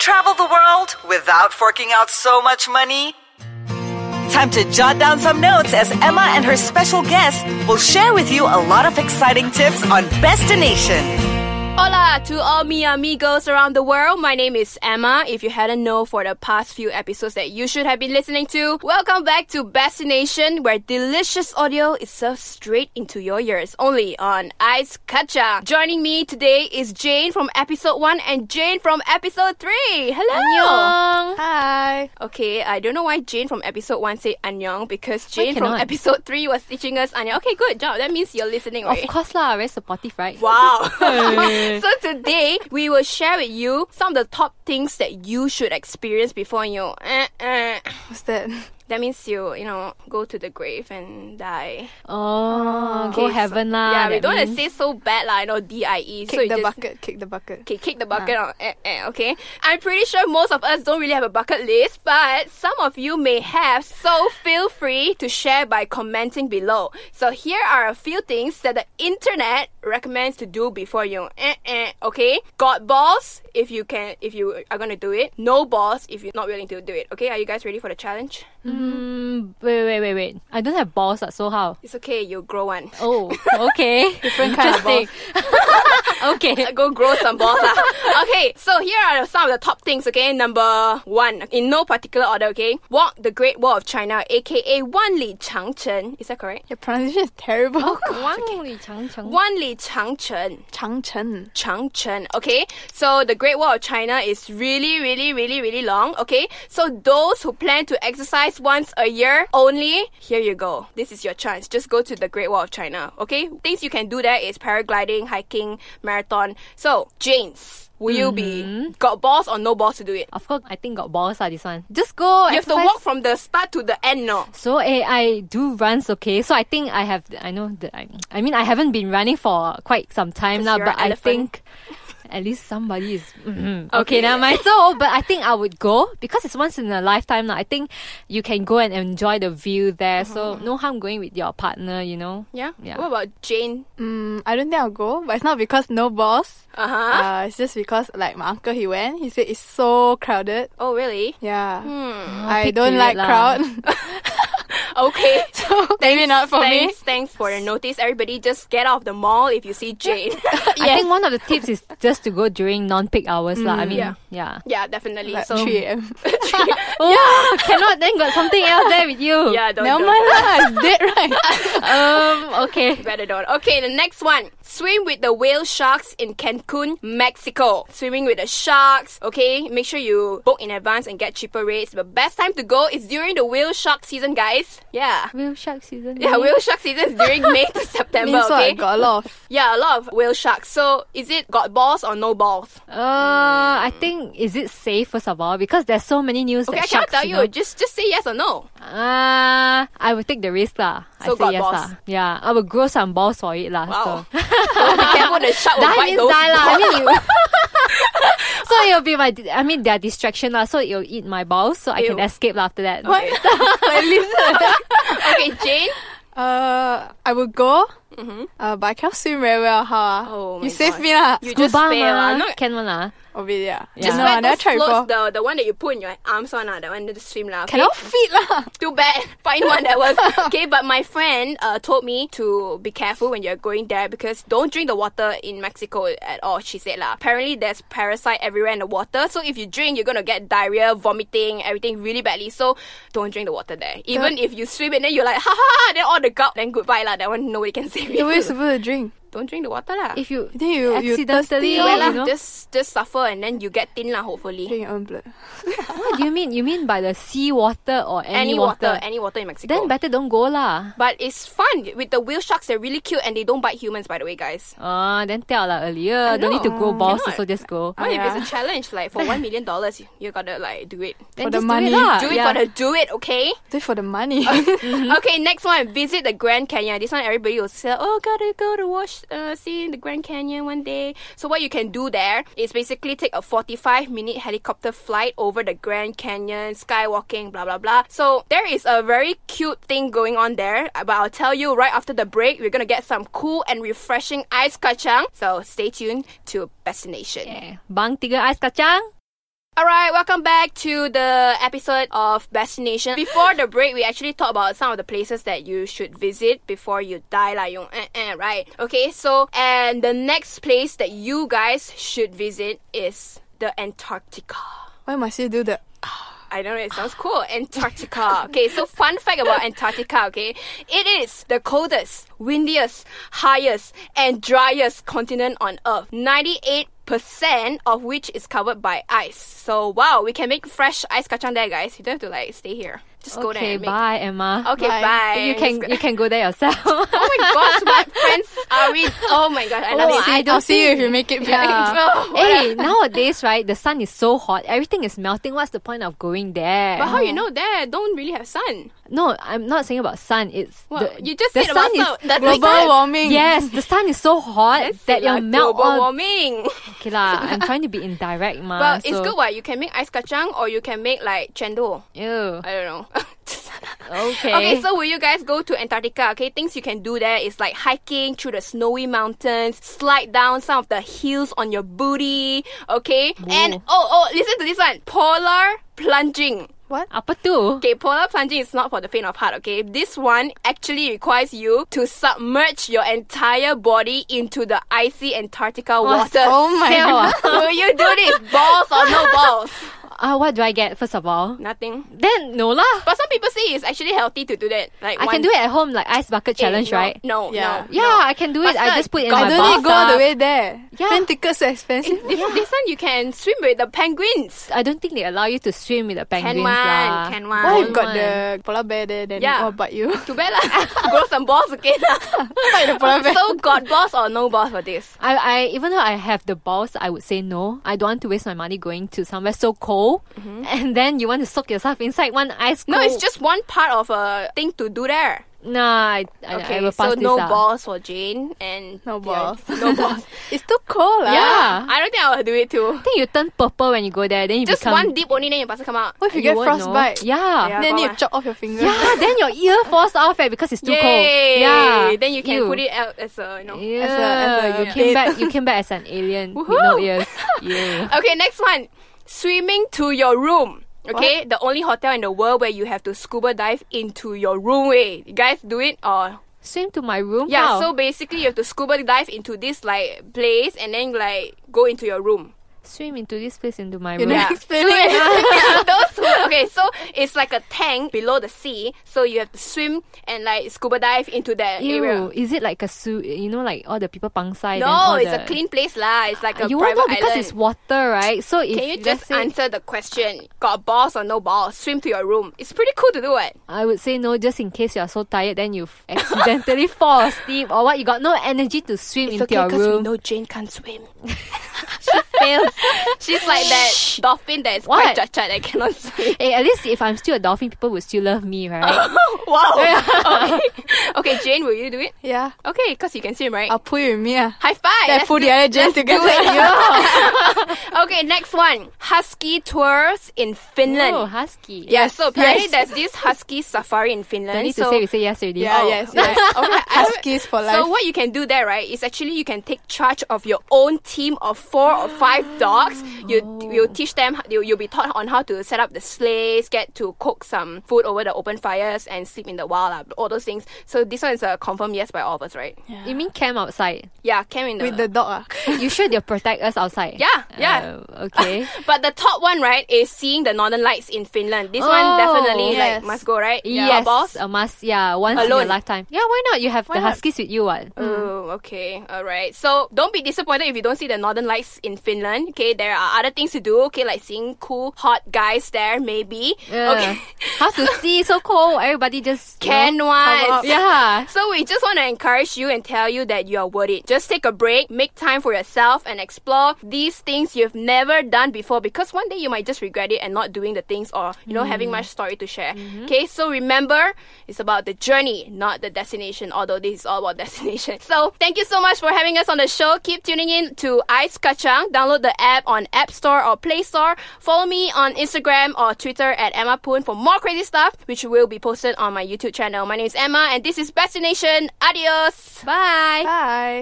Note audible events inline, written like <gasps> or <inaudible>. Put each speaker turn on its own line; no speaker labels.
travel the world without forking out so much money? Time to jot down some notes as Emma and her special guest will share with you a lot of exciting tips on Destination.
Hola to all mi amigos around the world. My name is Emma. If you hadn't known for the past few episodes that you should have been listening to, welcome back to Destination, where delicious audio is served straight into your ears, only on Ice Kacha. Joining me today is Jane from episode 1 and Jane from episode 3. Hello!
Hi.
Okay, I don't know why Jane from episode 1 said annyeong, because Jane from
cannot?
episode 3 was teaching us annyeong. Okay, good job. That means you're listening, right?
Of course lah, very supportive, right?
Wow.
<laughs>
so today we will share with you some of the top things that you should experience before you eh, eh.
What's that?
that means you, you know, go to the grave and die.
Oh, go
Okay, so-
heaven lah.
Yeah, we
that
don't want to
means.
say so bad lah, you know, D I E.
Kick
so you
the
just,
bucket, kick the bucket.
Okay, kick the bucket on eh, eh, okay? I'm pretty sure most of us don't really have a bucket list, but some of you may have, so feel free to share by commenting below. So here are a few things that the internet recommends to do before you eh, eh, okay? Got balls if you can if you are gonna do it. No balls if you're not willing to do it. Okay, are you guys ready for the challenge?
Mm, wait, wait, wait, wait. I don't have balls, ah, so how?
It's okay, you'll grow one.
Oh, okay. <laughs> Different
kind of
Interesting. <laughs> okay.
go grow some balls lah. <laughs> Okay, so here are some of the top things. Okay, number one, in no particular order. Okay, walk the Great Wall of China, aka Wan Li Changchun. Is that correct?
Your pronunciation is terrible.
Oh.
<laughs>
One.
Wan Li Changchun.
Changchun.
Changchun. Okay, so the Great Wall of China is really, really, really, really long. Okay, so those who plan to exercise once a year only, here you go. This is your chance. Just go to the Great Wall of China. Okay, things you can do there is paragliding, hiking, marathon. So, James. Will you
Mm-hmm.
be got balls or no balls to do it?
Of course, I think got balls ah, this one. Just go.
You have to
exercise.
walk from the start to the end, no?
So eh, I do runs, okay. So I think I have, I know that I, I mean I haven't been running for quite some time
Because
now,
you're
but
an
I
elephant.
think at least somebody is mhm.
Okay.
okay. Now my so, but I think I would go because it's once in a lifetime. Now I think you can go and enjoy the view there. So no harm going with your partner, you know.
Yeah.
Yeah.
What about Jane?
Mm, I don't think I'll go, but it's not because no boss.
Uh huh.
Uh, it's just because like my uncle he went. He said it's so crowded.
oh really?
Yeah.
Hmm.
I
big
don't
period
like
lah.
<laughs>
crowd. <laughs>
Okay.
so <laughs> maybe not for me.
thanks, Thanks for the notice, everybody. Just get out of the mall if you see Jane.
<laughs>
I think one of the tips is just to go during non-peak hours, lah. I mean,
yeah.
yeah.
yeah, definitely.
Like
so
3
<laughs>
a.m.
Oh, cannot. Then got something else there with
<laughs>
you.
yeah, don't.
Never
don't.
mind lah, it's
<laughs>
dead right.
Um. Okay.
Better don't. Okay, the next one. Swim with the whale sharks in Cancun, Mexico. Swimming with the sharks, okay? Make sure you book in advance and get cheaper rates. But best time to go is during the whale shark season, guys. Yeah.
Whale shark season.
Yeah,
eh?
whale shark season is
<laughs>
during May to September,
Means what?
okay?
Got
<laughs>
a lot of <laughs>
Yeah, a lot of whale sharks. So is it got balls or no balls?
Uh, I think is it safe first of all because there's so many news
Okay,
that
I cannot
sharks,
tell you.
you. know-
Just just say yes or no.
Ah, I would take the risk lah.
So
I say
got
yes
balls.
lah. Yeah, I would grow some balls for it lah.
Wow. <laughs>
So.
So Oh, be careful the shark will
die
bite
means
those
die lah.
balls.
I mean you. <laughs>
<laughs>
so it'll be my. I mean their distraction lah. So it'll eat my balls, so I can
Ew.
escape lah after that.
what? like lizard.
<laughs> okay, Jane.
<laughs> Uh, I would go. Uh, but I cannot swim very well. How? ah?
Mm-hmm. Oh my
you
God.
saved me lah.
You
Scuba
just fail.
mah,
ah. No,
can one lah.
Obviously, yeah.
Just
no,
wear
I never
those
tried before.
floats, the, the one that you put in your arms on, ah, that one to swim lah. Okay?
Cannot fit lah.
Too bad. <laughs> Find one that was okay. But my friend uh, told me to be careful when you're going there because don't drink the water in Mexico at all. She said lah. Apparently there's parasite everywhere in the water. So if you drink, you're gonna get diarrhea, vomiting, everything really badly. So don't drink the water there. Even if you swim and then you're like ha ha, ha, then all the gulp, then goodbye lah. That one nobody can <laughs> save
The way
you.
you're supposed to drink.
Don't drink the water lah.
If you
Then you- you
accidentally,
thirsty
you
lah.
well, lah,
know.
just just suffer and then you get thin lah. Hopefully.
Drink your own blood.
What do you mean? You mean by the sea water or
any
any,
water, any water in Mexico.
Then better don't go lah.
but it's fun with the whale sharks. They're really cute and they don't bite humans, by the way, guys.
Ah, then tell lah
I
earlier. Don't need to
know.
grow balls,
Cannot. Ah,
so just go.
What if
yeah.
it's a challenge? Like for one million dollars, you- you gotta like do it.
Then
the
just
money.
do it, lah.
Do it
yeah.
for the do it, okay?
Do it for the money.
Uh,
Okay, next one. Visit the Grand Canyon. This one everybody will say, "Oh, gotta go to watch, uh, see the Grand Canyon one day." So what you can do there is basically take a forty-five minute helicopter flight over the Grand Canyon, skywalking, blah blah blah. So there is a very cute thing going on there, uh, but I'll tell you right after the break. We're gonna get some cool and refreshing ice kacang. So stay tuned to Destination.
Okay. Bang tiga ais kacang.
All right, welcome back to the episode of Destination. Before the break, we actually talked about some of the places that you should visit before you die, like yung eh, eh, right? Okay, so and the next place that you guys should visit is the Antarctica.
<laughs> Why must you do that?
I don't know, it sounds
<sighs>
cool. Antarctica. Okay,
<laughs>
so fun fact about Antarctica, okay? It is the coldest, windiest, highest, and driest continent on Earth. 98% of which is covered by ice. So, wow, we can make fresh ice kacang there, guys. You don't have to, like, stay here. Just go there
okay,
and make
bye, Emma.
Okay, bye.
Bye.
You can you can go there yourself.
<laughs> Oh my gosh, what friends are we? Oh my gosh, I love
Oh,
it.
I
I'll
don't
see you if you make it back.
<laughs>
Yeah.
Oh,
<laughs> hey, nowadays, right, the sun is so hot. Everything is melting. What's the point of going there?
But how you know there don't really have sun?
No, I'm not saying about sun. It's
Well,
the,
you just
the
said about
sun
sun.
is
That's
<laughs> Global
like-
warming.
yes. The sun is so hot
Like
that you'll melt
global
all.
warming.
Okay lah, I'm trying to be indirect, ma.
<laughs> Well, it's
Uh, so-
good what you can make ice kacang or you can make like chendol.
Ew.
I don't know. <laughs>
Okay.
Okay, so will you guys go to Antarctica? Okay, things you can do there is like hiking through the snowy mountains, slide down some of the hills on your booty. Okay, and oh oh, listen to this one: polar plunging.
apa tu?
Okay, polar plunging is not for the faint of heart, okay? This one actually requires you to submerge your entire body into the icy Antarctica water.
oh
<laughs>
my Siao ah. God.
Will you do this? Balls or no balls?
Ah, what do I get first of all?
Nothing.
Then no lah.
But some people say it's actually healthy to do that. Like
I can do it at home, like ice bucket challenge,
Eh,
right?
No,
Yeah.
no.
Yeah, I can do it.
But
I
still,
just put it in
God,
my
I
uh.
don't need to go all the
bathtub.
way there.
Yeah.
Plane tickets are expensive.
This, this one you can swim with the penguins.
I don't think they allow you to swim with the
Can
penguins Oh,
one,
lah.
can
Why
one.
don't
you've got
want.
the polar bear there, then
Yeah.
yeah. all but
<laughs>
you.
Too bad lah. <laughs> Grow some balls again
the polar bear.
So got balls or no balls for this?
I, I even though I have the balls, I would say no. I don't want to waste my money going to somewhere so cold, <laughs> and then you want to soak yourself inside one ice.
Mm-hmm. No, it's
cold-
just one part of a thing to do there.
nah. I, I, I will pass
so
this uh.
no
up.
balls for Jane and
No
yeah,
balls.
no balls.
<laughs> It's too cold,
<laughs>
ah. lah.
Yeah.
I don't think I will do it too.
I think you turn purple when you go there. Then you
Just
become
one dip only, then your pasta come out.
What if you,
you
get
won't know.
frostbite?
Yeah.
Yeah.
Then you
Bye-bye.
chop off your finger.
Yeah, then your ear falls off eh, because it's too cold.
Yay!
Yeah,
Then you can
Ew.
put it out as a you know.
Yeah,
as a- as a
you came
kid.
<laughs>
back. You came back as an alien with no
Woohoo!
ears.
<laughs>
Yeah.
Okay, next one. Swimming to your room. Okay, the only hotel in the world where you have to scuba dive into your room. Way, you guys do it or
Swim to my room.
yeah.
How?
So basically, you have to scuba dive into this like place and then like go into your room.
swim into this place into my
You
room.
know,
Yeah. <laughs>
explaining.
<laughs>
Yeah, those who, okay, so it's like a tank below the sea, so you have to swim and like scuba dive into that
Ew,
area.
is it like a su- you know like all the people pangsai? then
No,
all
it's
the- Uh,
a clean place lah. It's like a
you won't
private
know because
island.
it's water, right? So if
Can you
let's
just
say-
answer the question? Got balls or no balls? Swim to your room. It's pretty cool to do it.
I would say no, just in case you are so tired, then you f- <laughs> accidentally fall asleep or what? You got no energy to swim into your room.
know Jane can't
<laughs>
swim. She's like that dolphin that is
What?
quite chachat that
<laughs>
cannot swim. <laughs>
Eh, at least if I'm still a dolphin, people would still love me, right?
wow. okay. okay, Jane, will you do it?
yeah.
Okay, because you can swim, right?
I'll pull you with me. ah.
High five.
Then I
Let's
<laughs>
pull the other gen together.
<laughs> Okay, next one. Husky tours in Finland.
oh, husky.
yeah, so apparently
<laughs> yes.
there's this husky safari in
Don't
Finland.
need
So,
to say we say yes already.
Yeah,
Oh.
yes,
<laughs>
yes. Okay. Huskies for life.
so what you can do there, right, is actually you can take charge of your own team of four or five
<gasps>
dogs. You
Oh.
you'll teach them. You, you'll be taught on how to set up the sleighs, get to cook some food over the open fires, and sleep in the wild. lah, all those things. So this one is a confirm yes by all of us, right? Yeah,
You mean camp outside?
came in
with
<laughs>
the dog. ah.
You sure they'll protect us outside?
Yeah, yeah. <laughs>
Uh, okay.
But the top one, right, is seeing the northern lights in Finland. This
Oh,
one definitely
yes.
like must go, right?
Yes,
boss.
a must. Yeah, once
Alone.
in a lifetime. Yeah, why not? You have the
not?
huskies with you, what?
Oh, okay. All right. So don't be disappointed if you don't see the northern lights in Finland. Okay, there are other things to do. Okay, like seeing cool, hot guys there, maybe.
Yeah.
<laughs> Okay.
How to see so cold? Everybody just you
Can
know,
one.
Yeah.
So we just want to encourage you and tell you that you are worth it. Just take a break, make time for yourself, and explore these things you've never done before. Because one day you might just regret it and not doing the things or you know having
Mm-hmm.
much story to share. Okay, so remember, it's about the journey, not the destination. Although this is all about <laughs> destination. So thank you so much for having us on the show. Keep tuning in to Ice Kachang. Download the app on App Store or Play Store. Follow me on Instagram or Twitter at Emma Poon for more crazy stuff, which will be posted on my YouTube channel. My name is Emma, and this is Destination. Adios. Bye.
Bye.